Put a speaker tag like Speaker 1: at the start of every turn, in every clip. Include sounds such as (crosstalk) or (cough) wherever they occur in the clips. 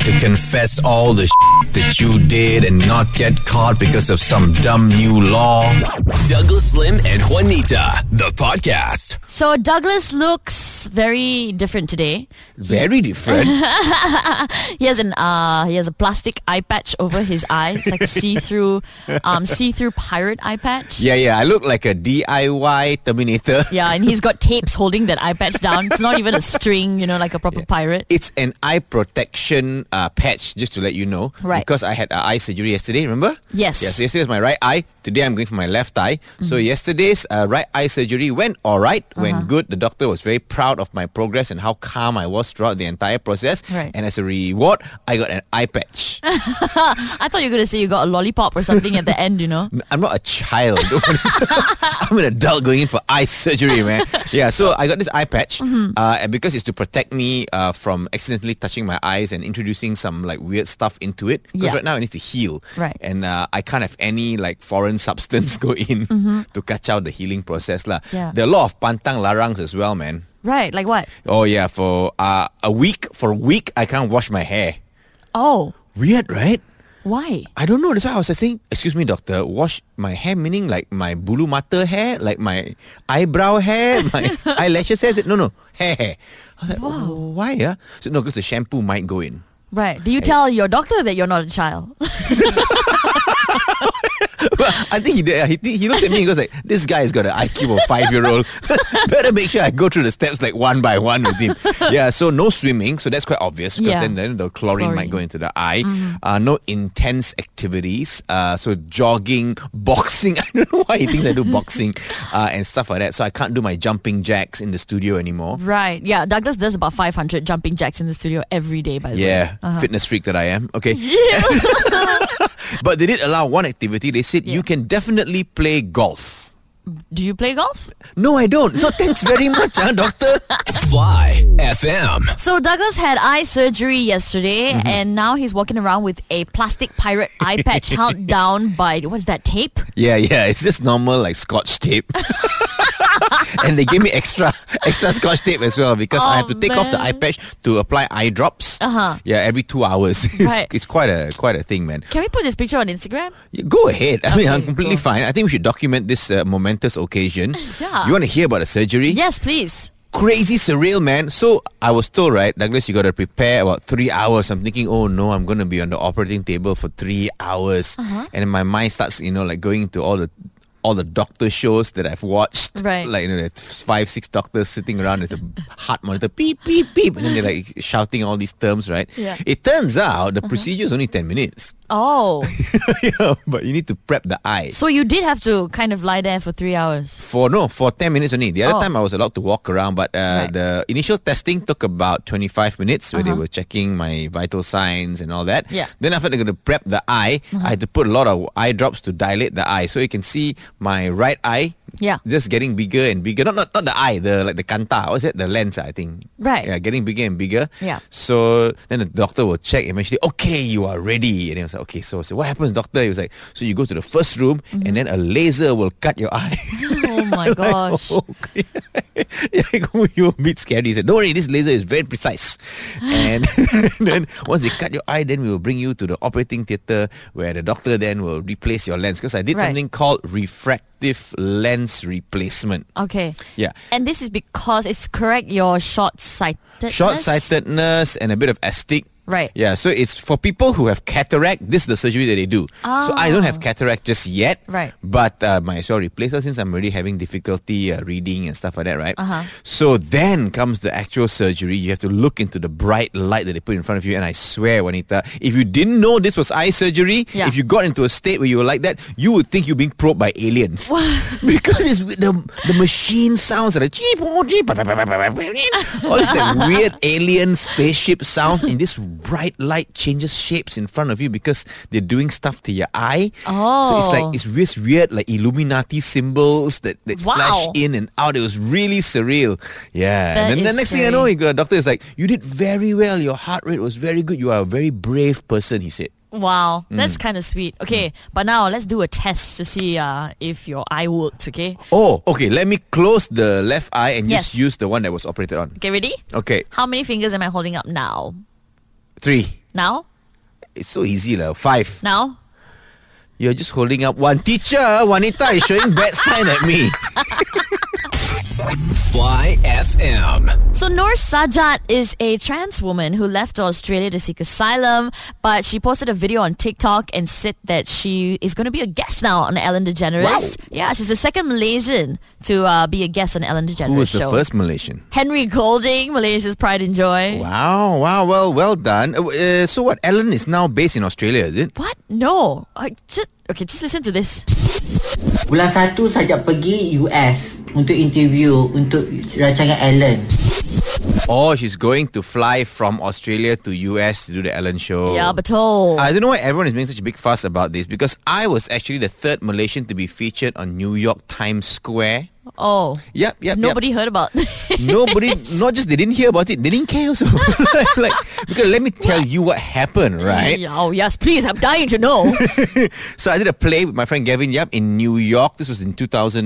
Speaker 1: to confess all the shit that you did and not get caught because of some dumb new law.
Speaker 2: Douglas Slim and Juanita, the podcast.
Speaker 3: So Douglas looks very different today.
Speaker 1: Very different.
Speaker 3: He has an uh he has a plastic eye patch over his eye. It's like a see-through um see-through pirate eye patch.
Speaker 1: yeah, yeah. I look like a DIY Terminator.
Speaker 3: Yeah, and he's got tapes holding that eye patch down. It's not even a string, you know, like a proper pirate.
Speaker 1: It's an eye protection uh, patch, just to let you know.
Speaker 3: Right.
Speaker 1: Because I had uh, eye surgery yesterday, remember?
Speaker 3: Yes. Mm-hmm.
Speaker 1: Yeah, so yesterday was my right eye. Today I'm going for my left eye. So yesterday's uh, right eye surgery went all right,
Speaker 3: Uh-huh.
Speaker 1: went good. The doctor was very proud of my progress and how calm I was throughout the entire process.
Speaker 3: Right.
Speaker 1: And as a reward, I got an eye patch.
Speaker 3: I thought you were gonna say you got a lollipop or something at the end, you know.
Speaker 1: I'm not a child. (laughs) I'm an adult going in for eye surgery, man. Yeah, so I got this eye patch,
Speaker 3: Mm-hmm.
Speaker 1: uh, and because it's to protect me uh, from accidentally touching my eyes and introducing some like weird stuff into it. Because
Speaker 3: Yeah.
Speaker 1: right now it needs to heal,
Speaker 3: Right.
Speaker 1: And uh, I can't have any like foreign (laughs) substance go
Speaker 3: (laughs)
Speaker 1: in to catch out the healing process, lah.
Speaker 3: Mm-hmm. Yeah.
Speaker 1: There are a lot of pantang larangs as well, man.
Speaker 3: Right, like what?
Speaker 1: Oh yeah, for uh, a week, for a week I can't wash my hair.
Speaker 3: Oh,
Speaker 1: Weird, right?
Speaker 3: why?
Speaker 1: I don't know. That's why I was just saying, excuse me, doctor, wash my hair, meaning like my bulu mata hair, like my eyebrow hair, (laughs) my eyelashes hair. I said, no, no, hair hair. I was like, oh, why? Yeah? So, no, because the shampoo might go in.
Speaker 3: Right. Do you tell your doctor that you're not a child?
Speaker 1: (laughs) I think he did. uh, He, think- he looks at me and goes like, this guy's got an IQ of five-year-old. (laughs) Better make sure I go through the steps like one by one with
Speaker 3: (laughs)
Speaker 1: him. yeah, so no swimming. So that's quite obvious because
Speaker 3: Yeah.
Speaker 1: then, then the chlorine, might
Speaker 3: Chlorine. Mm-hmm.
Speaker 1: go into the eye. Uh, no intense activities. Uh, so jogging, boxing. (laughs) I don't know why he thinks I do
Speaker 3: (laughs)
Speaker 1: boxing uh, and stuff like that. So I can't do my jumping jacks in the studio anymore.
Speaker 3: (laughs) Right. Yeah, Douglas does about 500 jumping jacks in the studio every day, by the way.
Speaker 1: Yeah, fitness freak that I am.
Speaker 3: (laughs)
Speaker 1: Okay. but they did allow one activity. They said you can definitely play golf.
Speaker 3: Do you play golf?
Speaker 1: No, I don't. So thanks very much, huh, doctor.
Speaker 2: Fly FM.
Speaker 3: So Douglas had eye surgery yesterday,
Speaker 1: Mm-hmm.
Speaker 3: and now he's walking around with a plastic pirate eye patch
Speaker 1: (laughs)
Speaker 3: held down by what's that tape?
Speaker 1: Yeah, yeah. It's just normal like scotch tape. (laughs) and they gave me extra extra scotch tape as well because I have to
Speaker 3: Oh,
Speaker 1: take off the eye
Speaker 3: man.
Speaker 1: patch to apply eye drops.
Speaker 3: Uh-huh.
Speaker 1: Yeah, every two hours. (laughs) It's,
Speaker 3: Right.
Speaker 1: it's quite a quite a thing, man.
Speaker 3: Can we put this picture on Instagram?
Speaker 1: You Go ahead. I mean,
Speaker 3: Okay,
Speaker 1: I'm completely
Speaker 3: cool.
Speaker 1: fine. I think we should document this uh, momentous occasion.
Speaker 3: (laughs) Yeah.
Speaker 1: You want to hear about the surgery?
Speaker 3: Yes, please.
Speaker 1: crazy surreal, man. So I was told, right, Douglas, you got to prepare about three hours. I'm thinking, oh no, I'm going to be on the operating table for three hours,
Speaker 3: Uh-huh.
Speaker 1: and my mind starts, you know, like going to all the all the doctor shows that I've watched.
Speaker 3: Right.
Speaker 1: Like you know, there's five, six doctors sitting around as a heart monitor, beep, beep, beep, and then they're like shouting all these terms, right?
Speaker 3: Yeah. Uh-huh.
Speaker 1: It turns out the procedure is only ten minutes. (laughs)
Speaker 3: Oh,
Speaker 1: yeah, but you need to prep the eye.
Speaker 3: so you did have to kind of lie there for three
Speaker 1: (laughs)
Speaker 3: hours.
Speaker 1: For no, for 10 minutes only. The other
Speaker 3: Oh.
Speaker 1: time I was allowed to walk around, but uh,
Speaker 3: Right. Uh-huh.
Speaker 1: the initial testing took about 25 minutes where they were checking my vital signs and all that.
Speaker 3: Yeah. Uh-huh.
Speaker 1: Then after they're going to prep the eye, I had to put a lot of eye drops to dilate the eye. So you can see my right eye
Speaker 3: Yeah.
Speaker 1: just getting bigger and bigger. Not, not not the eye, the like the kanta. What's it? The lens, I think.
Speaker 3: Right.
Speaker 1: Yeah, getting bigger and bigger.
Speaker 3: Yeah.
Speaker 1: So then the doctor will check eventually, okay, you are ready. And then I was like, okay, so, so what happens, doctor? He was like, so you go to the first room
Speaker 3: Mm-hmm.
Speaker 1: and then a laser will cut your eye.
Speaker 3: Oh my gosh.
Speaker 1: (laughs) Okay. (laughs) you were a bit scared. He said, Don't worry, this laser is very precise. And (laughs) then once they cut your eye, then we will bring you to the operating theatre where the doctor then will replace your lens. Because I did
Speaker 3: Right.
Speaker 1: something called refractive lens replacement.
Speaker 3: Okay.
Speaker 1: Yeah.
Speaker 3: And this is because it's correct your short sighted.
Speaker 1: Short sightedness and a bit of astig.
Speaker 3: Right.
Speaker 1: Yeah, so it's for people who have cataract, this is the surgery that they do. So I don't have cataract just yet.
Speaker 3: Oh. Right.
Speaker 1: But uh, might as well replace her since I'm already having difficulty uh, reading and stuff like that, right?
Speaker 3: Uh-huh.
Speaker 1: So then comes the actual surgery. You have to look into the bright light that they put in front of you. And I swear, Juanita, if you didn't know this was eye surgery,
Speaker 3: Yeah.
Speaker 1: if you got into a state where you were like that, you would think you're being probed by aliens. (laughs) because it's with the, the machine sounds that are oh, cheap, all this like
Speaker 3: (laughs)
Speaker 1: weird alien spaceship sounds. And this bright light changes shapes in front of you because they're doing stuff to your eye. So it's
Speaker 3: Oh.
Speaker 1: like, it's weird, weird like Illuminati symbols that, that flash
Speaker 3: Wow.
Speaker 1: in and out. It was really surreal. Yeah.
Speaker 3: That
Speaker 1: and then the
Speaker 3: is
Speaker 1: next thing I
Speaker 3: scary.
Speaker 1: know, he got- the doctor is like, you did very well. Your heart rate was very good. You are a very brave person, he said.
Speaker 3: Wow,
Speaker 1: Mm.
Speaker 3: that's kind of sweet. Okay, but now let's do a test to see uh, if your eye works, okay?
Speaker 1: Oh, okay. Let me close the left eye and just
Speaker 3: Yes.
Speaker 1: use the one that was operated on.
Speaker 3: Okay, ready?
Speaker 1: Okay.
Speaker 3: How many fingers am I holding up now?
Speaker 1: Three.
Speaker 3: Now?
Speaker 1: It's so easy lah. Five.
Speaker 3: Now?
Speaker 1: You're just holding up one. Teacher, Wanita is showing bad (laughs) sign at me.
Speaker 2: Fly FM.
Speaker 3: So Noor Sajat is a trans woman who left Australia to seek asylum, but she posted a video on TikTok and said that she is going to be a guest now on Ellen DeGeneres.
Speaker 1: Wow.
Speaker 3: Yeah, she's the second Malaysian to uh, be a guest on Ellen DeGeneres
Speaker 1: Who was the
Speaker 3: show.
Speaker 1: first Malaysian?
Speaker 3: Henry Golding, Malaysia's pride and joy.
Speaker 1: Wow, wow, well, well done. Uh, uh, so what? Ellen is now based in Australia, is it?
Speaker 3: What? No. I just okay. Just listen to this.
Speaker 4: Bulan satu sajak pergi US untuk interview untuk rancangan Ellen.
Speaker 1: Or she's going to fly from Australia to US to do the Ellen show.
Speaker 3: Yeah, but oh,
Speaker 1: I don't know why everyone is making such a big fuss about this because I was actually the third Malaysian to be featured on New York Times Square.
Speaker 3: oh,
Speaker 1: Yep, yep. yep.
Speaker 3: nobody heard about.
Speaker 1: (laughs)
Speaker 3: (laughs)
Speaker 1: Nobody, not just they didn't hear about it, they didn't care also. (laughs) like, like, because let me tell you what happened, right?
Speaker 3: Yeah, Oh yes, please. I'm dying to
Speaker 1: (laughs)
Speaker 3: know.
Speaker 1: So I did a play with my friend Gavin Yap in New York. This was in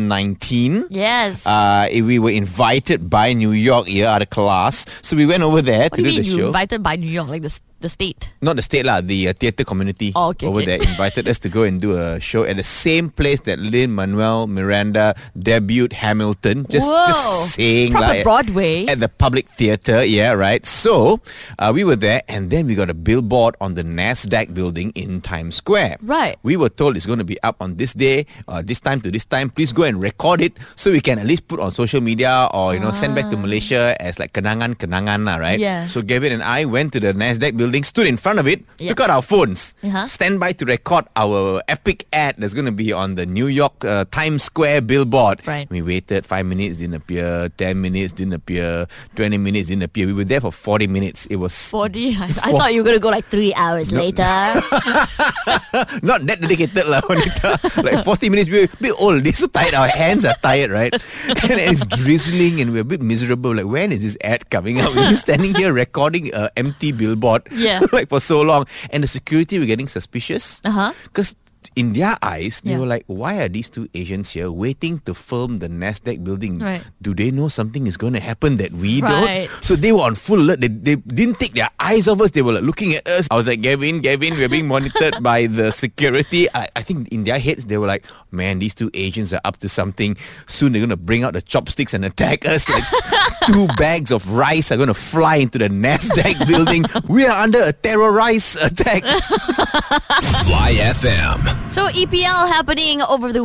Speaker 1: 2019.
Speaker 3: yes.
Speaker 1: Uh, eh, we were invited by New York year out of class. So we went over there
Speaker 3: what
Speaker 1: to
Speaker 3: do
Speaker 1: do,
Speaker 3: you mean
Speaker 1: the
Speaker 3: you
Speaker 1: show.
Speaker 3: invited by New York, like the s- the state?
Speaker 1: Not the state lah, the uh, theatre community
Speaker 3: Oh, okay,
Speaker 1: over there
Speaker 3: okay.
Speaker 1: invited us to go and do a show at the same place that Lin Manuel Miranda debuted Hamilton. Just
Speaker 3: Whoa.
Speaker 1: just saying
Speaker 3: Proper
Speaker 1: lah, at-
Speaker 3: Broadway.
Speaker 1: at the public theatre. Yeah, right. So uh, we were there, and then we got a billboard on the Nasdaq building in Times Square.
Speaker 3: Right.
Speaker 1: We were told it's going to be up on this day, uh, this time to this time. Please go and record it so we can at least put on social media or you know send back to Malaysia as like kenangan kenangan lah, right?
Speaker 3: Ah. Yeah.
Speaker 1: So Gavin and I went to the Nasdaq building, stood in front of it,
Speaker 3: Yeah.
Speaker 1: took out our phones,
Speaker 3: Uh-huh.
Speaker 1: stand by to record our epic ad that's going to be on the New York uh, Times Square billboard.
Speaker 3: Right.
Speaker 1: We waited five minutes, didn't appear. Ten minutes, didn't appear. Twenty minutes, didn't appear. We were there for forty minutes. It was
Speaker 3: Body. I, I thought you were gonna go like three hours
Speaker 1: (laughs)
Speaker 3: later.
Speaker 1: not that dedicated lah, (laughs) Wanita. like forty minutes, we were a bit old. They're so tired. Our hands are tired, right? (laughs) And it's drizzling, and we're a bit miserable. Like when is this ad coming out? We've been standing here recording a empty billboard,
Speaker 3: Yeah.
Speaker 1: (laughs) like for so long. And the security were getting suspicious,
Speaker 3: Uh-huh.
Speaker 1: Because. In their eyes, they were
Speaker 3: Yeah.
Speaker 1: like, why are these two Asians here waiting to film the NASDAQ building?
Speaker 3: Right.
Speaker 1: Do they know something is going to happen that we
Speaker 3: Right.
Speaker 1: don't? So they were on full alert. They, they didn't take their eyes off us. They were like looking at us. I was like, Gavin, Gavin, we're being monitored by the security. I, I think in their heads, they were like, man, these two Asians are up to something. Soon they're going to bring out the chopsticks and attack us. Like two bags of rice are going to fly into the NASDAQ building. We are under a terrorist attack.
Speaker 2: Fly FM.
Speaker 3: so EPL happening over the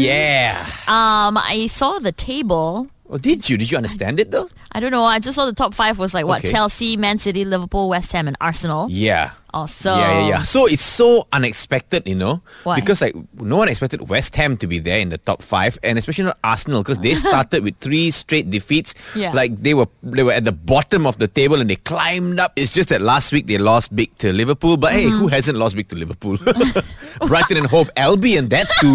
Speaker 1: Oh, yeah.
Speaker 3: Um, I saw the table.
Speaker 1: Oh, did you? Did you understand it though?
Speaker 3: I don't know. I just saw the top five was like what
Speaker 1: Okay.
Speaker 3: Chelsea, Man City, Liverpool, West Ham, and Arsenal.
Speaker 1: Yeah.
Speaker 3: Also,
Speaker 1: Yeah, yeah, yeah. So it's so unexpected, you know,
Speaker 3: Why?
Speaker 1: because like no one expected West Ham to be there in the top five, and especially not Arsenal because
Speaker 3: (laughs)
Speaker 1: they started with three straight defeats.
Speaker 3: Yeah.
Speaker 1: Like they were they were at the bottom of the table and they climbed up. It's just that last week they lost big to Liverpool, but hey,
Speaker 3: Mm-hmm.
Speaker 1: who hasn't lost big to
Speaker 3: (laughs)
Speaker 1: Liverpool? (laughs) Brighton and Hove Albion, that's two.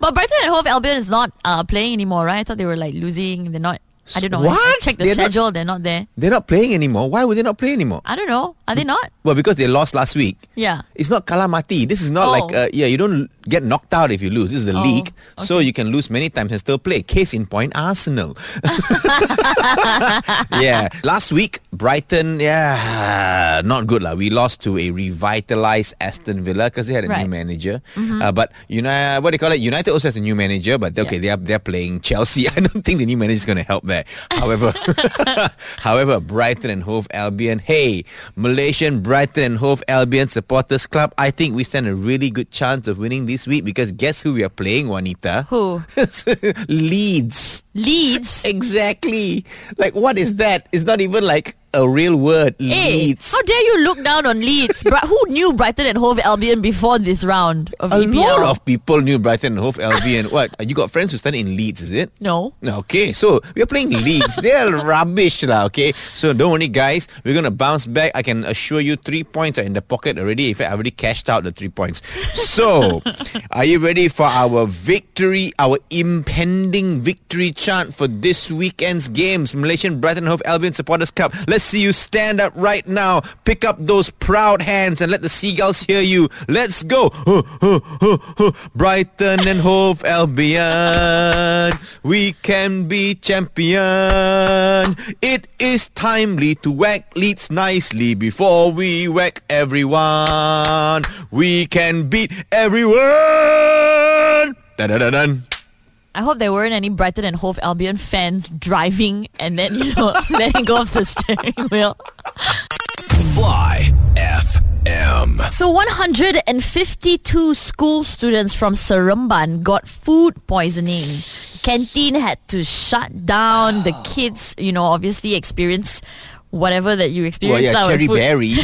Speaker 3: But Brighton and Hove Albion is not uh, playing anymore, right? I thought they were like losing. They're not. I don't know. I- I
Speaker 1: What?
Speaker 3: checked the
Speaker 1: They're not-
Speaker 3: schedule. They're not there.
Speaker 1: They're not playing anymore. Why would they not play anymore?
Speaker 3: I don't know. Are they not?
Speaker 1: Well, because they lost last week.
Speaker 3: Yeah.
Speaker 1: It's not kalamati. This is not
Speaker 3: Oh.
Speaker 1: like uh, yeah, you don't get knocked out if you lose. This is the
Speaker 3: Oh,
Speaker 1: league, so you can lose many times and still play. Case in point, Arsenal. (laughs) yeah, last week Brighton, yeah, not good lah. We lost to a revitalized Aston Villa because they had a
Speaker 3: Right.
Speaker 1: new manager.
Speaker 3: Mm-hmm.
Speaker 1: Uh, but you know what do you call it? United also has a new manager, but okay, they are they're playing Chelsea. (laughs) I don't think the new manager is going to help there. However, (laughs) however, Brighton and Hove Albion. Hey, Malaysian Brighton and Hove Albion supporters club. I think we stand a really good chance of winning this week because guess who we are playing, Juanita?
Speaker 3: Who?
Speaker 1: (laughs) Leeds.
Speaker 3: Leeds.
Speaker 1: Exactly. Like, what is that? It's not even like a real word.
Speaker 3: Hey,
Speaker 1: Leeds.
Speaker 3: how dare you look down on Leeds? Bri- who knew Brighton and Hove Albion before this round of E
Speaker 1: a
Speaker 3: EPL?
Speaker 1: lot of people knew Brighton and Hove Albion. what? You got friends who study in Leeds, is it?
Speaker 3: no.
Speaker 1: Okay, so we're playing Leeds. They're rubbish lah, okay? So don't worry guys, we're going to bounce back. I can assure you three points are in the pocket already. In fact, I already cashed out the three points. So, are you ready for our victory, our impending victory chant for this weekend's games, Malaysian Brighton Hove Albion Supporters Cup? Let's see you stand up right now. Pick up those proud hands and let the seagulls hear you. Let's go. Brighton and Hove Albion, we can be champion. It is timely to whack leads nicely before we whack everyone. We can beat everyone. Dun, dun, dun, dun.
Speaker 3: I hope there weren't any Brighton and Hove Albion fans driving and then, you know, (laughs) letting go of the steering wheel.
Speaker 2: Fly FM.
Speaker 3: So 152 school students from Seremban got food poisoning. Canteen had to shut down. The kids, you know, obviously experience whatever that you
Speaker 1: Well,
Speaker 3: experience.
Speaker 1: Oh, yeah,
Speaker 3: lah with
Speaker 1: cherry
Speaker 3: food.
Speaker 1: berry.
Speaker 3: (laughs)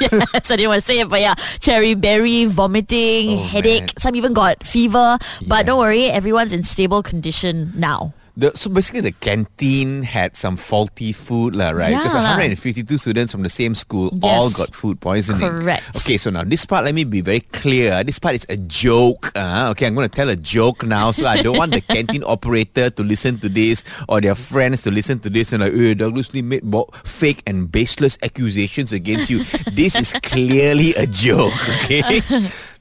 Speaker 3: yes, I didn't want to say it, but yeah, cherry berry, vomiting,
Speaker 1: Oh,
Speaker 3: headache.
Speaker 1: man.
Speaker 3: Some even got fever.
Speaker 1: Yeah.
Speaker 3: But don't worry, everyone's in stable condition now.
Speaker 1: The, so basically, the canteen had some faulty food, lah, right? Because
Speaker 3: Yeah lah.
Speaker 1: 152 students from the same school all
Speaker 3: Yes.
Speaker 1: got food poisoning.
Speaker 3: Correct.
Speaker 1: Okay, so now this part, let me be very clear. ah. This part is a joke. Uh, okay, I'm going to tell a joke now. So I don't want the canteen operator to listen to this or their friends to listen to this and like, eh, Douglas Lee made bo- fake and baseless accusations against you. this is clearly a joke, okay?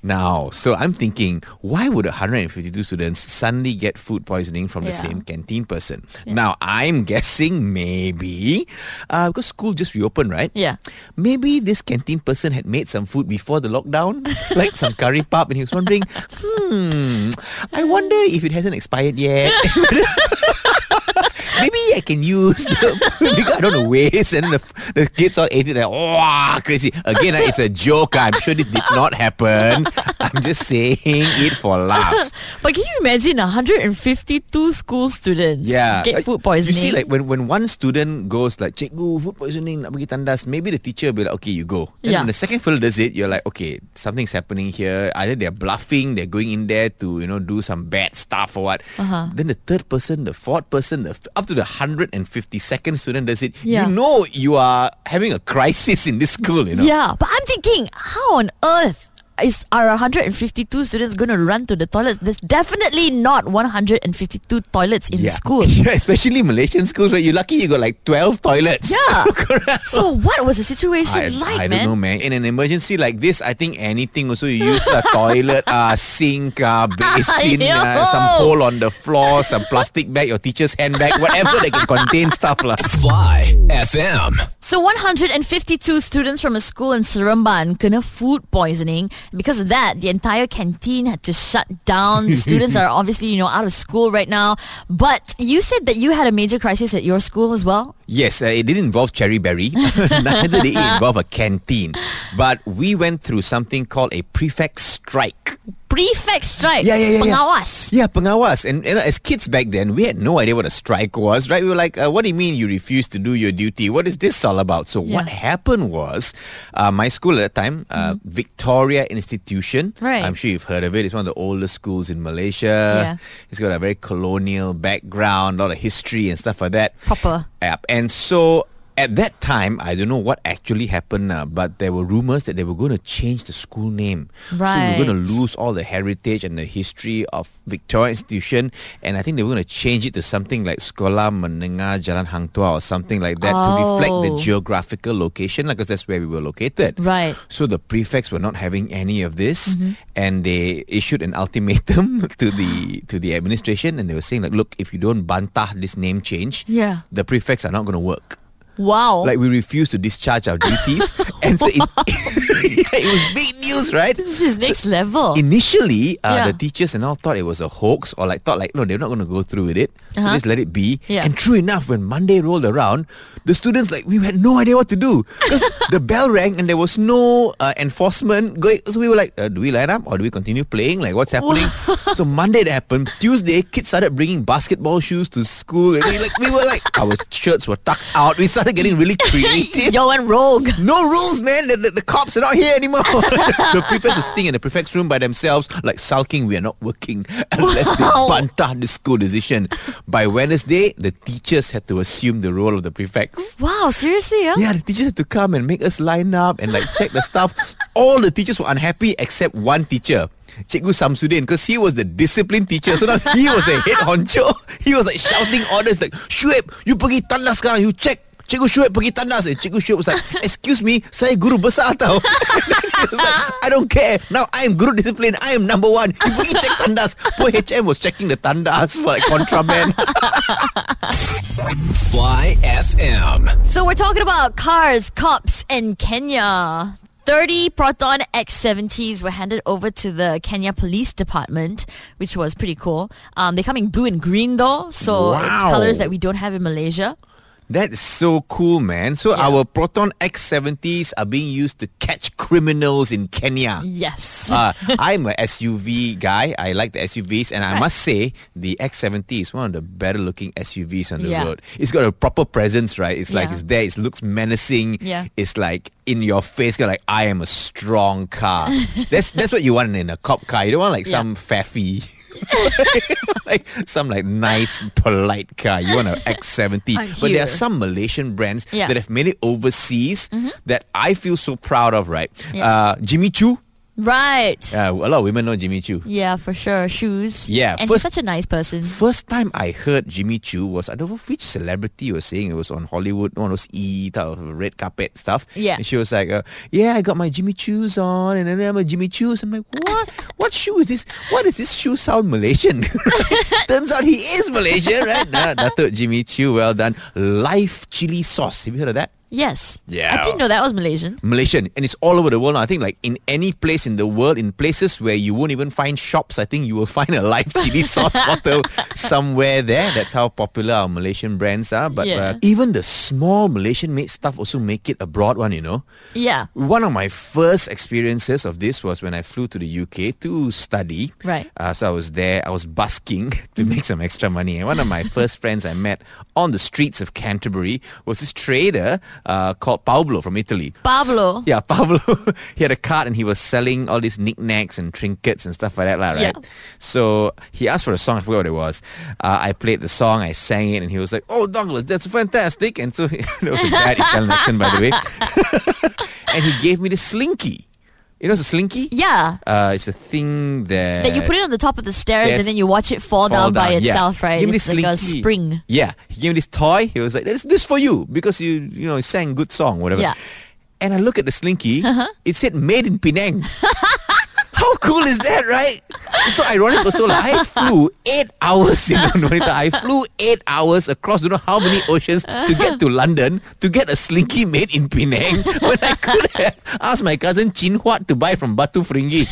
Speaker 1: Now, so I'm thinking, why would 152 students suddenly get food poisoning from the
Speaker 3: Yeah.
Speaker 1: same canteen person? Now, I'm guessing maybe uh, because school just reopened, right?
Speaker 3: Yeah.
Speaker 1: Maybe this canteen person had made some food before the lockdown, like some curry pup, and he was wondering, hmm, I wonder if it hasn't expired yet. (laughs) Maybe I can use the because I don't know waste and then the, the kids all ate it like wow crazy again ah, it's a joke ah. I'm sure this did not happen I'm just saying it for laughs
Speaker 3: But can you imagine 152 school students
Speaker 1: Yeah.
Speaker 3: get
Speaker 1: Like,
Speaker 3: food poisoning?
Speaker 1: You see, like when, when one student goes like, Cikgu, food poisoning, nak pergi tandas, maybe the teacher will be like, okay, you go. And
Speaker 3: Yeah.
Speaker 1: when the second fellow does it, you're like, okay, something's happening here. Either they're bluffing, they're going in there to, you know, do some bad stuff or what.
Speaker 3: Uh-huh.
Speaker 1: Then the third person, the fourth person, the, f- up to the 152nd student does it.
Speaker 3: Yeah.
Speaker 1: You know you are having a crisis in this school, you know.
Speaker 3: Yeah, but I'm thinking, how on earth is are 152 students going to run to the toilets? There's definitely not 152 toilets in
Speaker 1: Yeah. (laughs)
Speaker 3: school.
Speaker 1: Yeah, especially Malaysian schools, right? You're lucky you got like 12 toilets.
Speaker 3: Yeah.
Speaker 1: (laughs) Correct.
Speaker 3: So what was the situation
Speaker 1: I,
Speaker 3: like,
Speaker 1: I don't
Speaker 3: man?
Speaker 1: know, man. In an emergency like this, I think anything also you use the toilet, uh, sink, uh, basin, uh, some
Speaker 3: Ayo.
Speaker 1: hole on the floor, some plastic bag, your teacher's handbag, whatever that can contain stuff lah.
Speaker 2: Fly FM.
Speaker 3: So 152 students from a school in Seremban kena food poisoning. Because of that, the entire canteen had to shut down. The
Speaker 1: (laughs)
Speaker 3: students are obviously, you know, out of school right now. But you said that you had a major crisis at your school as well.
Speaker 1: Yes, uh, it didn't involve cherry berry. (laughs) Neither did it involve a canteen. But we went through something called a prefect strike.
Speaker 3: Prefect strike.
Speaker 1: Yeah, yeah, yeah, yeah.
Speaker 3: Pengawas.
Speaker 1: Yeah, pengawas. And you know, as kids back then, we had no idea what a strike was, right? We were like, uh, what do you mean you refuse to do your duty? What is this all about? So what
Speaker 3: Yeah. Mm-hmm.
Speaker 1: happened was, uh, my school at that time, uh, Victoria Institution.
Speaker 3: Right.
Speaker 1: I'm sure you've heard of it. It's one of the oldest schools in Malaysia.
Speaker 3: Yeah.
Speaker 1: It's got a very colonial background, a lot of history and stuff like that.
Speaker 3: Proper.
Speaker 1: Yep. And so at that time, I don't know what actually happened, uh, but there were rumors that they were going to change the school name. So we are going
Speaker 3: Right.
Speaker 1: to lose all the heritage and the history of Victoria Institution. And I think they were going to change it to something like Sekolah Menengah Jalan Hang Tua or something like that to reflect the
Speaker 3: Oh.
Speaker 1: geographical location because that's where we were located.
Speaker 3: Right.
Speaker 1: So the prefects were not having any of this,
Speaker 3: Mm-hmm.
Speaker 1: and they issued an ultimatum (laughs) to the to the administration, and they were saying like, look, if you don't bantah this name change,
Speaker 3: Yeah.
Speaker 1: the prefects are not going to work.
Speaker 3: Wow.
Speaker 1: Like we refuse to discharge our
Speaker 3: (laughs)
Speaker 1: duties, and so it, (laughs) it was big news, right?
Speaker 3: this is next level.
Speaker 1: Initially, uh,
Speaker 3: Oh. Yeah.
Speaker 1: the teachers and all thought it was a hoax or like thought like, no, they're not going to go through with it. So
Speaker 3: Uh-huh.
Speaker 1: just let it be.
Speaker 3: Yeah.
Speaker 1: And true enough, when Monday rolled around, the students like, we had no idea what to do.
Speaker 3: (laughs)
Speaker 1: 'Cause the bell rang and there was no uh, enforcement going. So we were like, uh, do we line up or do we continue playing? Like what's happening? so Monday that happened. Tuesday, kids started bringing basketball shoes to school. And we, like, we were like, our shirts were tucked out. We started getting
Speaker 3: (laughs)
Speaker 1: really creative.
Speaker 3: Yo and rogue.
Speaker 1: (laughs) No rules, man. The, the, the cops are not here anymore. the prefects were sitting in the prefect's room by themselves, like sulking. We are not working (laughs) unless
Speaker 3: Wow.
Speaker 1: they bantah the school decision. By Wednesday, the teachers had to assume the role of the prefects.
Speaker 3: Wow, seriously, yeah?
Speaker 1: Yeah, the teachers had to come and make us line up and like check the stuff. All the teachers were unhappy except one teacher. Cikgu Samsudin because he was the discipline teacher so now he was the head honcho he was like shouting orders like Shuib you pergi tandas sekarang you check Cikgu Shuib pergi tandas eh, Cikgu Shuib was like excuse me saya guru besar tau (laughs) He was like, I don't care now I am guru discipline I am number one you pergi check tandas poor HM was checking the tandas for like contraband
Speaker 2: Fly FM.
Speaker 3: So we're talking about cars, cops, and Kenya. 30 Proton X70s were handed over to the Kenya Police Department, which was pretty cool. Um, they come in blue and green though, so it's
Speaker 1: Wow.
Speaker 3: colors that we don't have in Malaysia.
Speaker 1: That's so cool, man. So our Proton X70s are being used to catch criminals in Kenya.
Speaker 3: Yes.
Speaker 1: (laughs) Uh, I'm a SUV guy. I like the SUVs, and I must say the X70 is one of the better looking SUVs on the
Speaker 3: Yeah.
Speaker 1: road. It's got a proper presence, right? It's like
Speaker 3: Yeah.
Speaker 1: it's there. It looks menacing.
Speaker 3: Yeah.
Speaker 1: It's like in your face. You're like, I am a strong car.
Speaker 3: (laughs)
Speaker 1: that's that's what you want in a cop car. You don't want like
Speaker 3: Yeah.
Speaker 1: some faffy. (laughs) like some like nice polite car you want
Speaker 3: (laughs)
Speaker 1: an X70
Speaker 3: I'm
Speaker 1: but there are
Speaker 3: here.
Speaker 1: some Malaysian brands
Speaker 3: Yeah. Mm-hmm.
Speaker 1: that have made it overseas that I feel so proud of right
Speaker 3: Yeah.
Speaker 1: uh, Jimmy Choo
Speaker 3: right.
Speaker 1: yeah,
Speaker 3: Yeah.
Speaker 1: a lot of women know Jimmy Choo.
Speaker 3: for sure. Shoes.
Speaker 1: Yeah,
Speaker 3: And
Speaker 1: first-
Speaker 3: he's such a nice person.
Speaker 1: First time I heard Jimmy Choo was I don't know which celebrity was saying it was on Hollywood, one of those E type of red carpet stuff.
Speaker 3: Yeah.
Speaker 1: and she was like, uh, "Yeah, I got my Jimmy Choo's on, and then I'm a Jimmy Choo's." I'm like, "What? what shoe is this? What does this shoe sound Malaysian?" (laughs) Turns out he is Malaysian, right? Nah, Datuk Jimmy Choo, well done. Life chili sauce. Have you heard of that?
Speaker 3: Yes. I
Speaker 1: Yeah.
Speaker 3: didn't know that was Malaysian.
Speaker 1: Malaysian and it's all over the world now. I think like in any place in the world, in places where you won't even find shops, I think you will (laughs) find a live chili sauce bottle somewhere there. That's how popular our Malaysian brands are. But
Speaker 3: Yeah.
Speaker 1: uh, even the small Malaysian made stuff also make it abroad one, you know.
Speaker 3: Yeah.
Speaker 1: One of my first experiences of this was when I flew to the UK to study.
Speaker 3: Right.
Speaker 1: Uh, so I was there, I was busking (laughs) to make some extra money. And one of my first friends I met on the streets of Canterbury was this trader uh, called Pablo from Italy.
Speaker 3: Pablo?
Speaker 1: S- yeah, (laughs) Pablo. he had a cart and he was selling all these knickknacks and trinkets and stuff like that, lah, right?
Speaker 3: Yeah.
Speaker 1: So he asked for a song. I forgot what it was. Uh, I played the song. I sang it, and he was like, "Oh, Douglas, that's fantastic!" And so (laughs) that was a bad Italian accent, by the way. and he gave me the slinky. You know, it's a slinky.
Speaker 3: Yeah.
Speaker 1: Uh, it's a thing that
Speaker 3: That you put it on the top of the stairs
Speaker 1: Uh, Yes.
Speaker 3: and then you watch it fall,
Speaker 1: fall
Speaker 3: down, by
Speaker 1: yeah.
Speaker 3: itself, right?
Speaker 1: Give me
Speaker 3: It's
Speaker 1: this
Speaker 3: like a
Speaker 1: slinky.
Speaker 3: spring.
Speaker 1: Yeah, he gave me this toy. He was like, "This, this for you because you, you know, sang good song, whatever."
Speaker 3: Yeah. Uh-huh.
Speaker 1: And I look at the slinky. It said "Made in Penang." (laughs) How cool is that, right? It's so ironic also. Like, I flew eight hours, (laughs) you know, Norita. I flew eight hours across don't know how many oceans to get to London to get a slinky made in Penang (laughs) when I could have asked my cousin Chin Huat to buy from Batu Fringi.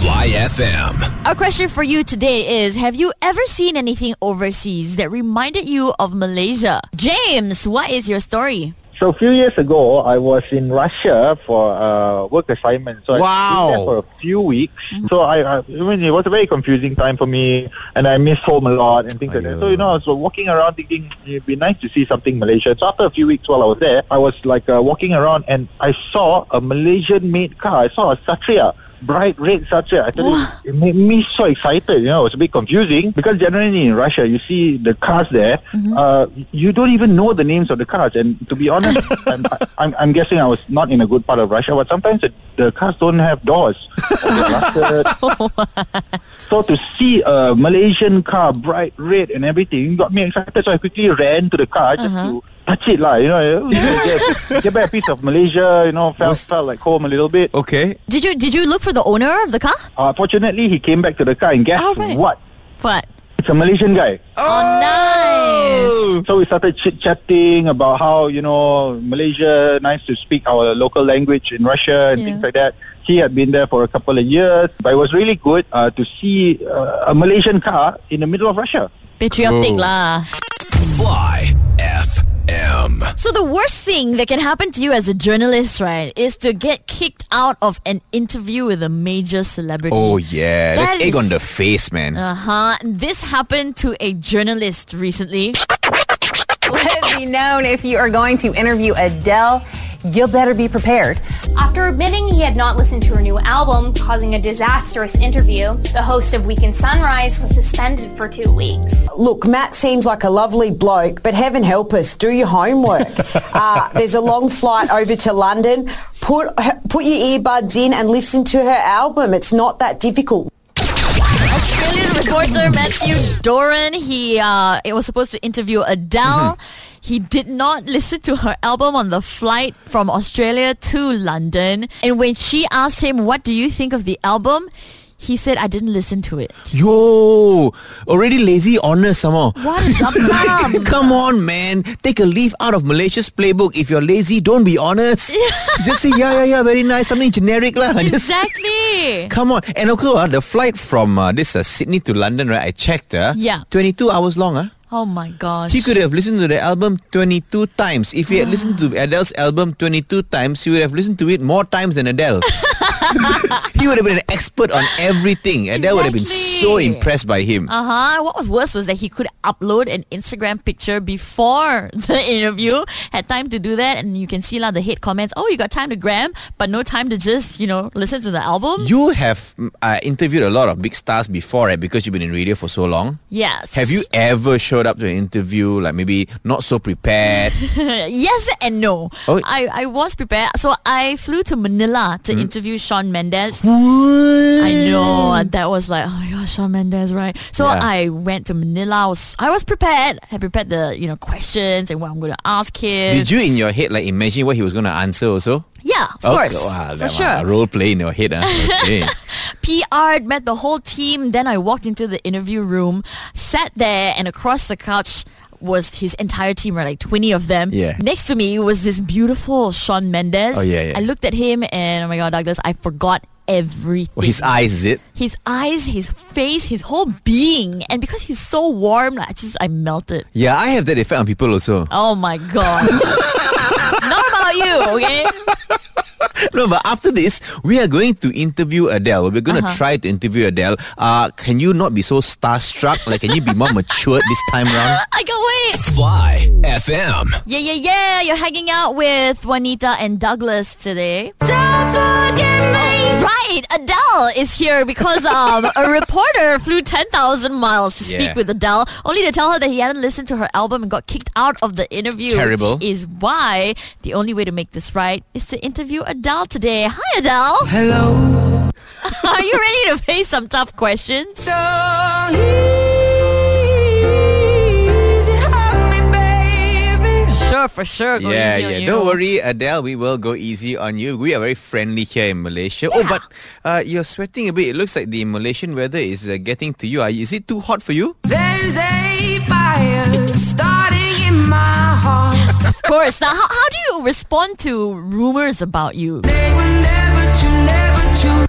Speaker 2: Fly FM.
Speaker 3: Our question for you today is Have you ever seen anything overseas that reminded you of Malaysia? James, what is your story?
Speaker 5: So a few years ago, I was in Russia for uh, work assignment. So
Speaker 1: Wow.
Speaker 5: I stayed there for a few weeks. So I, I, I mean, it was a very confusing time for me, and I missed home a lot and things like that. So you know, I was walking around thinking it'd be nice to see something Malaysian. So after a few weeks while I was there, I was like uh, walking around and I saw a Malaysian-made car. I saw a Satria. Bright red Satria. I tell you, it made me so excited. You know, it was a bit confusing because generally in Russia, you see the cars there. Uh, you don't even know the names of the cars. And to be honest, I'm, I'm, I'm guessing I was not in a good part of Russia, but sometimes the, the cars don't have doors. Or they're rusted. So to see a Malaysian car, bright red and everything, got me excited. So I quickly ran to the car just to touch it, lah. You know, (laughs) get, get back a piece of Malaysia. You know, felt
Speaker 1: Was-
Speaker 5: felt like home a little bit.
Speaker 1: Okay.
Speaker 3: Did you did you look for the owner of the car?
Speaker 5: Uh, fortunately, he came back to the car and guess
Speaker 3: Alright.
Speaker 5: what?
Speaker 3: What?
Speaker 5: It's a Malaysian guy.
Speaker 3: Oh,
Speaker 5: So we started chit chatting about how you know Malaysia nice to speak our local language in Russia and
Speaker 3: Yeah.
Speaker 5: things like that. He had been there for a couple of years, but it was really good uh, to see uh, a Malaysian car in the middle of Russia.
Speaker 3: nice. Patriotic lah.
Speaker 2: Fly FM.
Speaker 3: So the worst thing that can happen to you as a journalist, right, is to get kicked out of an interview with a major celebrity.
Speaker 1: Oh yeah,
Speaker 3: That
Speaker 1: that's egg on
Speaker 3: is-
Speaker 1: the face, man.
Speaker 3: Uh-huh. This happened to a journalist recently.
Speaker 6: (laughs) Let it be known if you are going to interview Adele, you'll better be prepared. After admitting he had not listened to her new album, causing a disastrous interview, the host of Weekend Sunrise was suspended for two weeks.
Speaker 7: Look, Matt seems like a lovely bloke, but heaven help us, do your
Speaker 6: (laughs)
Speaker 7: homework. uh, there's a long flight over to London. Put put your earbuds in and listen to her album. It's not that difficult.
Speaker 3: Australian reporter Matthew Doran. He uh, it was supposed to interview Adele.
Speaker 1: Mm-hmm.
Speaker 3: He did not listen to her album on the flight from Australia to London. And when she asked him, "What do you think of the album?" He said, "I didn't listen to it."
Speaker 1: Yo, already lazy honest somehow.
Speaker 3: What a
Speaker 1: (laughs)
Speaker 3: dumb dumb.
Speaker 1: Come on, man. Take a leaf out of Malaysia's playbook. If you're lazy, don't be
Speaker 3: (laughs)
Speaker 1: honest. Just say, yeah, yeah, yeah, very nice. Something generic lah. (laughs) Just
Speaker 3: Exactly.
Speaker 1: Come on. And also, uh, the flight from uh, this uh, Sydney to London, right? I checked. Uh,
Speaker 3: Yeah.
Speaker 1: 22 hours long. Uh.
Speaker 3: Oh my gosh.
Speaker 1: He could have listened to the album 22 times. If he had listened to Adele's album 22 times, he would have listened to it more times than Adele. (laughs) he would have been an expert on everything. Adele would have been so
Speaker 3: Exactly.
Speaker 1: impressed by him.
Speaker 3: Uh huh. What was worse was that he could upload an Instagram picture before (laughs) the interview. Had time to do that, and you can see lah the hate comments. Oh, you got time to gram, but no time to just you know listen to the album.
Speaker 1: You have mm, uh, interviewed a lot of big stars before, right? Because you've been in radio for so long.
Speaker 3: yes.
Speaker 1: Have you ever showed up to an interview like maybe not so
Speaker 3: (laughs)
Speaker 1: prepared?
Speaker 3: Yes and no.
Speaker 1: Oh. Hmm.
Speaker 3: I, I was prepared. So I flew to Manila to interview Sean Mendes. I know. And that was like, oh my gosh, Sean Mendes, right? So
Speaker 1: Yeah.
Speaker 3: I went to Manila. I was, I was prepared. I prepared the, you know, questions and what I'm going to ask him.
Speaker 1: Did you in your head like imagine what he was going to answer also?
Speaker 3: Yeah,
Speaker 1: Oh,
Speaker 3: of course.
Speaker 1: wow,
Speaker 3: for
Speaker 1: that
Speaker 3: sure.
Speaker 1: one, a role play in your head. ah.
Speaker 3: (laughs)
Speaker 1: Okay.
Speaker 3: PR'd, met the whole team. Then I walked into the interview room, sat there, and across the couch was his entire team, right? Like 20 of them.
Speaker 1: Yeah.
Speaker 3: Next to me was this beautiful Sean Mendes.
Speaker 1: Oh, yeah, yeah.
Speaker 3: I looked at him and, oh my God, Douglas, I forgot everything.
Speaker 1: Well, his eyes, is it?
Speaker 3: His eyes, his face, his whole being. And because he's so warm, like, I just, I melted.
Speaker 1: Yeah, I have that effect on people also.
Speaker 3: Oh my
Speaker 1: (laughs)
Speaker 3: God. Not about you, okay?
Speaker 1: No, but after this, we are going to interview Adele. We're going to
Speaker 3: Uh-huh.
Speaker 1: try to interview Adele. Uh, can you not be so starstruck? Like, can you be more (laughs) matured this time round?
Speaker 3: I can't wait.
Speaker 2: Fly FM.
Speaker 3: Yeah, yeah, yeah. You're hanging out with Juanita and Douglas today. Right, Adele is here because um, a reporter flew 10,000 miles to speak
Speaker 1: Yeah.
Speaker 3: with Adele, only to tell her that he hadn't listened to her album and got kicked out of the interview.
Speaker 1: Terrible.
Speaker 3: Which is why the only way to make this right is to interview Adele today. Hi, Adele. Hello. Are you ready to face some tough questions? Sure, for sure. Go
Speaker 1: yeah,
Speaker 3: Oh, easy on
Speaker 1: yeah.
Speaker 3: you.
Speaker 1: Don't worry, Adele. We will go easy on you. We are very friendly here in Malaysia. Oh, but uh, you're sweating a bit. It looks like the Malaysian weather is uh, getting to you. Are, is it too hot for you?
Speaker 8: There's a fire starting in my heart.
Speaker 3: Of course. Now, how, how do you respond to rumors about you?
Speaker 8: They were never true, never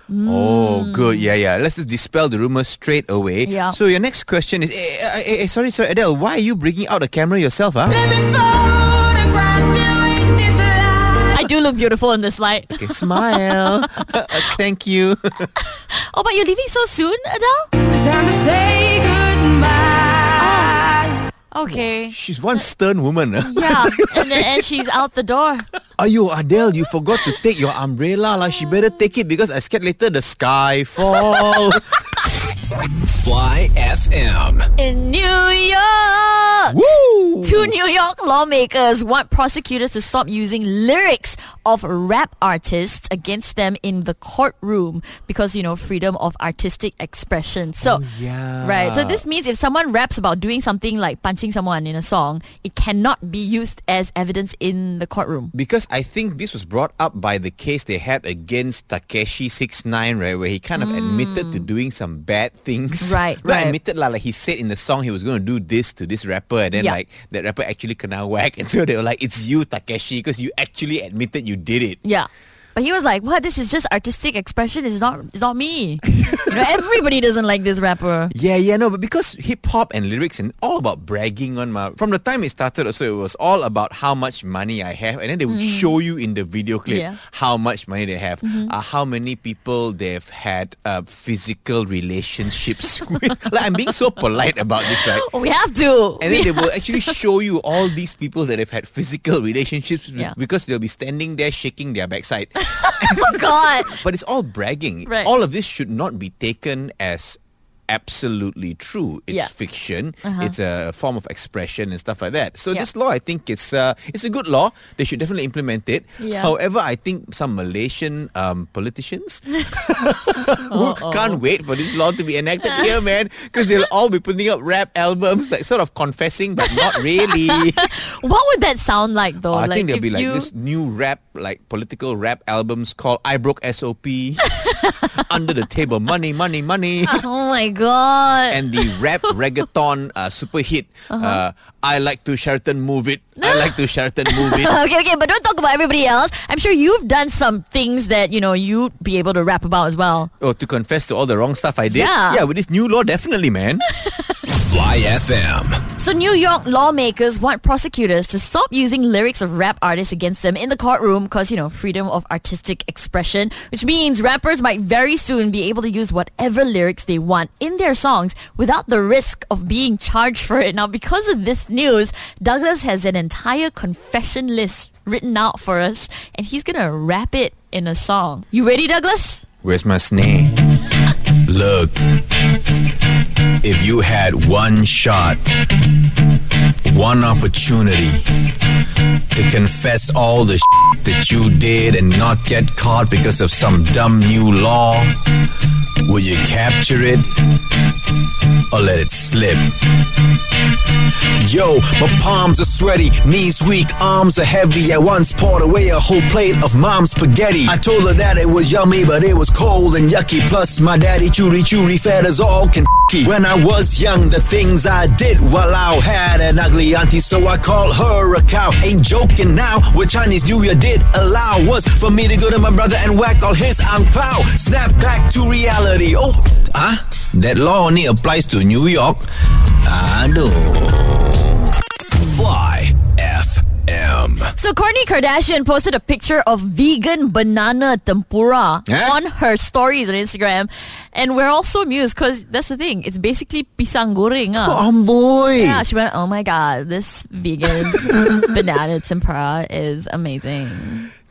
Speaker 8: true.
Speaker 1: Oh, good. Yeah, yeah. Let's just dispel the rumor straight away.
Speaker 3: Hmm. Yeah.
Speaker 1: So your next question is, eh, eh, eh, eh, sorry, sorry, Adele. Why are you bringing out a camera yourself?
Speaker 3: (laughs)
Speaker 1: Huh?
Speaker 8: Let me photograph you in this light.
Speaker 3: I do look beautiful in this light.
Speaker 1: Okay, smile. (laughs) Uh, Thank you. (laughs)
Speaker 3: Oh, but you're leaving so soon, Adele?
Speaker 8: It's time to say
Speaker 6: Oh.
Speaker 8: goodbye.
Speaker 3: Okay.
Speaker 1: She's one stern woman. ah.
Speaker 3: Yeah, and then and she's out the door.
Speaker 1: Ayo, Adele, you forgot to take your umbrella. lah. She better take it because I scared later the sky
Speaker 3: (laughs)
Speaker 1: fall.
Speaker 2: Fly FM.
Speaker 3: In New York!
Speaker 1: Woo!
Speaker 3: Two New York lawmakers want prosecutors to stop using lyrics of rap artists against them in the courtroom because, you know, freedom of artistic expression. So,
Speaker 1: Oh, yeah.
Speaker 3: Right. So this means if someone raps about doing something like punching someone in a song, it cannot be used as evidence in the courtroom.
Speaker 1: Because I think this was brought up by the case they had against Takeshi 69, right? Where he kind of admitted to doing some bad things.
Speaker 3: Mm. (laughs) Right,
Speaker 1: Not
Speaker 3: right.
Speaker 1: admitted, lah, like he said in the song he was going to do this to this rapper. And then
Speaker 3: Yeah.
Speaker 1: like that rapper actually kena whack. (laughs) And so they were like, it's you, Takeshi, because you actually admitted you did it.
Speaker 3: Yeah. But he was like, "What? This is just artistic expression. It's not. It's not me. you
Speaker 1: (laughs)
Speaker 3: know, everybody doesn't like this rapper."
Speaker 1: Yeah, yeah, no, but because hip hop and lyrics and all about bragging on my from the time it started also it was all about how much money I have and then they would show you in the video clip
Speaker 3: Mm-hmm. Yeah. Mm-hmm.
Speaker 1: how much money they have, uh, how many people they've had uh, physical relationships (laughs) with. Like I'm being so polite about this, right?
Speaker 3: We have to.
Speaker 1: And then
Speaker 3: We-
Speaker 1: they will actually show you all these people that have had physical relationships with-
Speaker 3: Yeah.
Speaker 1: because they'll be standing there shaking their backside.
Speaker 3: (laughs) Oh God.
Speaker 1: But it's all bragging.
Speaker 3: Right.
Speaker 1: All of this should not be taken as absolutely true. It's
Speaker 3: Yeah. Uh-huh.
Speaker 1: fiction. It's a form of expression and stuff like that. So this law, I think it's uh, it's a good law. They should definitely implement it.
Speaker 3: Yeah.
Speaker 1: However, I think some Malaysian um,
Speaker 3: (laughs)
Speaker 1: politicians (laughs) who can't wait for this law to be enacted here, man, because they'll all be putting up rap albums, like sort of confessing, but not really.
Speaker 3: What would that sound like though?
Speaker 1: I think
Speaker 3: there
Speaker 1: there'll be like this new rap, like political rap albums called I Broke SOP, (laughs) Under the Table, Money, Money, Money,
Speaker 3: Oh my god.
Speaker 1: and the rap reggaeton uh, super hit, uh, I Like to Sheraton Move It, I Like to Sheraton Move It.
Speaker 3: okay, okay, but don't talk about everybody else. I'm sure you've done some things that, you know, you'd be able to rap about as well.
Speaker 1: Oh, to confess to all the wrong stuff I did.
Speaker 3: Yeah.
Speaker 1: yeah with this new law, definitely, man.
Speaker 2: Fly FM.
Speaker 3: So New York lawmakers want prosecutors to stop using lyrics of rap artists against them in the courtroom because, you know, freedom of artistic expression, which means rappers might very soon be able to use whatever lyrics they want in their songs without the risk of being charged for it. Now, because of this news, Douglas has an entire confession list written out for us and he's going to rap it in a song. You ready, Douglas?
Speaker 1: Where's my snake?
Speaker 2: Look, if you had one shot, one opportunity to confess all the shit that you did and not get caught because of some dumb new law, will you capture it or let it slip? Yo, my palms are sweaty, knees weak, arms are heavy. I once poured away a whole plate of mom's spaghetti. I told her that it was yummy, but it was cold and yucky. Plus, my daddy churi churi fed us all Kentucky. When I was young, the things I did, well, I had an ugly auntie, so I called her a cow. Ain't joking now, what Chinese New Year did allow was for me to go to my brother and whack all his ang pao. Snap back to reality. Oh, huh? That law only applies to New York. I know. Fly FM.
Speaker 3: So Kourtney Kardashian posted a picture of vegan banana tempura
Speaker 1: Eh?
Speaker 3: on her stories on Instagram, and we're all so amused because that's the thing. It's basically pisang goreng. ah.
Speaker 1: Oh, boy.
Speaker 3: Yeah, she went, oh my god, this
Speaker 1: (laughs)
Speaker 3: vegan banana tempura is amazing.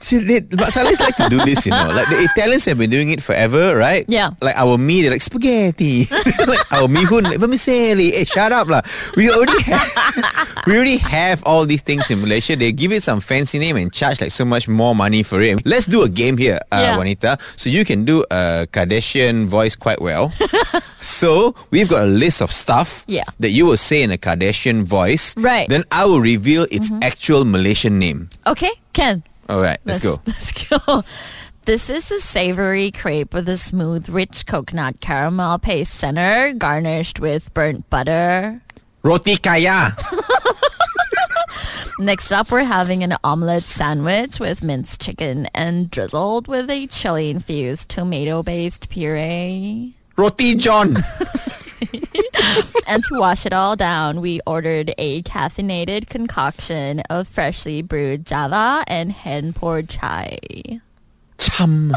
Speaker 1: See, they, but Salis like to do this, you know. Like the Italians have been doing it forever, right?
Speaker 3: Yeah.
Speaker 1: Like our mee, they're like spaghetti. (laughs) like our mihun, like vermicelli. Hey, shut up lah. We already have, (laughs) we already have all these things in Malaysia. They give it some fancy name and charge like so much more money for it. Let's do a game here, uh,
Speaker 3: Yeah.
Speaker 1: Juanita. So you can do a Kardashian voice quite
Speaker 3: (laughs)
Speaker 1: well. so we've got a list of stuff
Speaker 3: Yeah.
Speaker 1: that you will say in a Kardashian voice.
Speaker 3: Right. Mm-hmm.
Speaker 1: Then I will reveal its actual Malaysian name.
Speaker 3: Okay, Ken.
Speaker 1: All right, let's go.
Speaker 3: (laughs) Let's go. This is a savory crepe with a smooth, rich coconut caramel paste center, garnished with burnt butter.
Speaker 1: Roti kaya.
Speaker 3: Next up, we're having an omelette sandwich with minced chicken and drizzled with a chili-infused tomato-based puree.
Speaker 1: Roti John.
Speaker 3: And to wash it all down, we ordered a caffeinated concoction of freshly brewed java and hand-poured chai.
Speaker 1: Chum.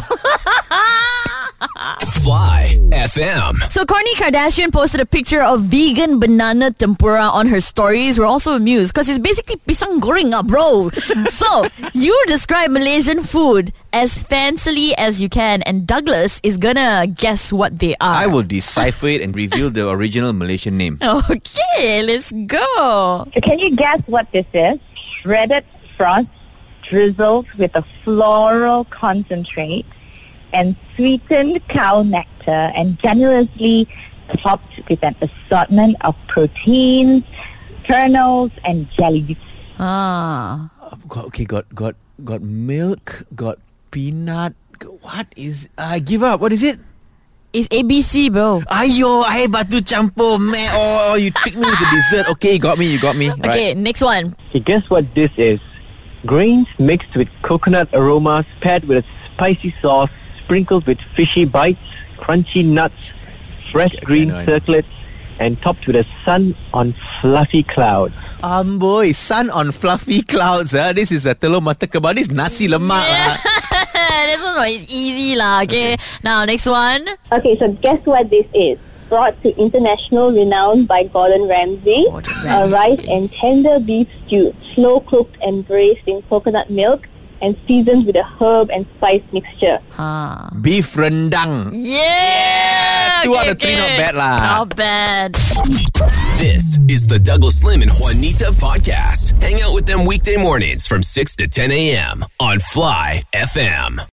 Speaker 2: Fly FM.
Speaker 3: So Kourtney Kardashian posted a picture of vegan banana tempura on her stories. We're also amused because it's basically pisang goreng, ah,
Speaker 9: (laughs)
Speaker 3: bro. so you describe Malaysian food as fancily as you can, and Douglas is gonna guess what they
Speaker 1: I
Speaker 3: are.
Speaker 1: will decipher it and reveal the original Malaysian name.
Speaker 3: (laughs) Okay, let's go.
Speaker 9: Can you guess what this is? Shredded frost drizzled with a floral concentrate and sweetened cow nectar and generously topped with an assortment of proteins, kernels, and jellies.
Speaker 3: Ah,
Speaker 1: Got, okay, got got got milk, got peanut. got- What is? I give up. What is it?
Speaker 3: it's ABC, bro.
Speaker 1: Ayo, I batu campur, man. Oh, you tricked me with the dessert. Okay, you got me. You got me.
Speaker 3: Okay, next one. (laughs)
Speaker 5: Okay, guess what this is? Grains mixed with coconut aromas, paired with a spicy sauce, sprinkled with fishy bites, crunchy nuts, fresh
Speaker 1: Okay, okay,
Speaker 5: green
Speaker 1: I know, I know.
Speaker 5: circlets, and topped with a sun on fluffy clouds.
Speaker 1: Um, boy, sun on fluffy clouds. Huh? This is a telur mata kebab. This is nasi lemak. lah.
Speaker 3: this one is easy lah. Okay, now next one.
Speaker 9: Okay, so guess what this is? Brought to international renown by Gordon Ramsay,
Speaker 3: Gordon
Speaker 9: a
Speaker 3: Ramsay.
Speaker 9: rice and tender beef stew, slow cooked and braised in coconut milk, and seasoned with a herb and spice mixture.
Speaker 1: Beef rendang.
Speaker 3: Yeah.
Speaker 1: Two out of three, not bad lah.
Speaker 3: Not bad.
Speaker 2: This is the Douglas Lim and Juanita podcast. Hang out with them weekday mornings from 6 to 10 a.m. on Fly FM.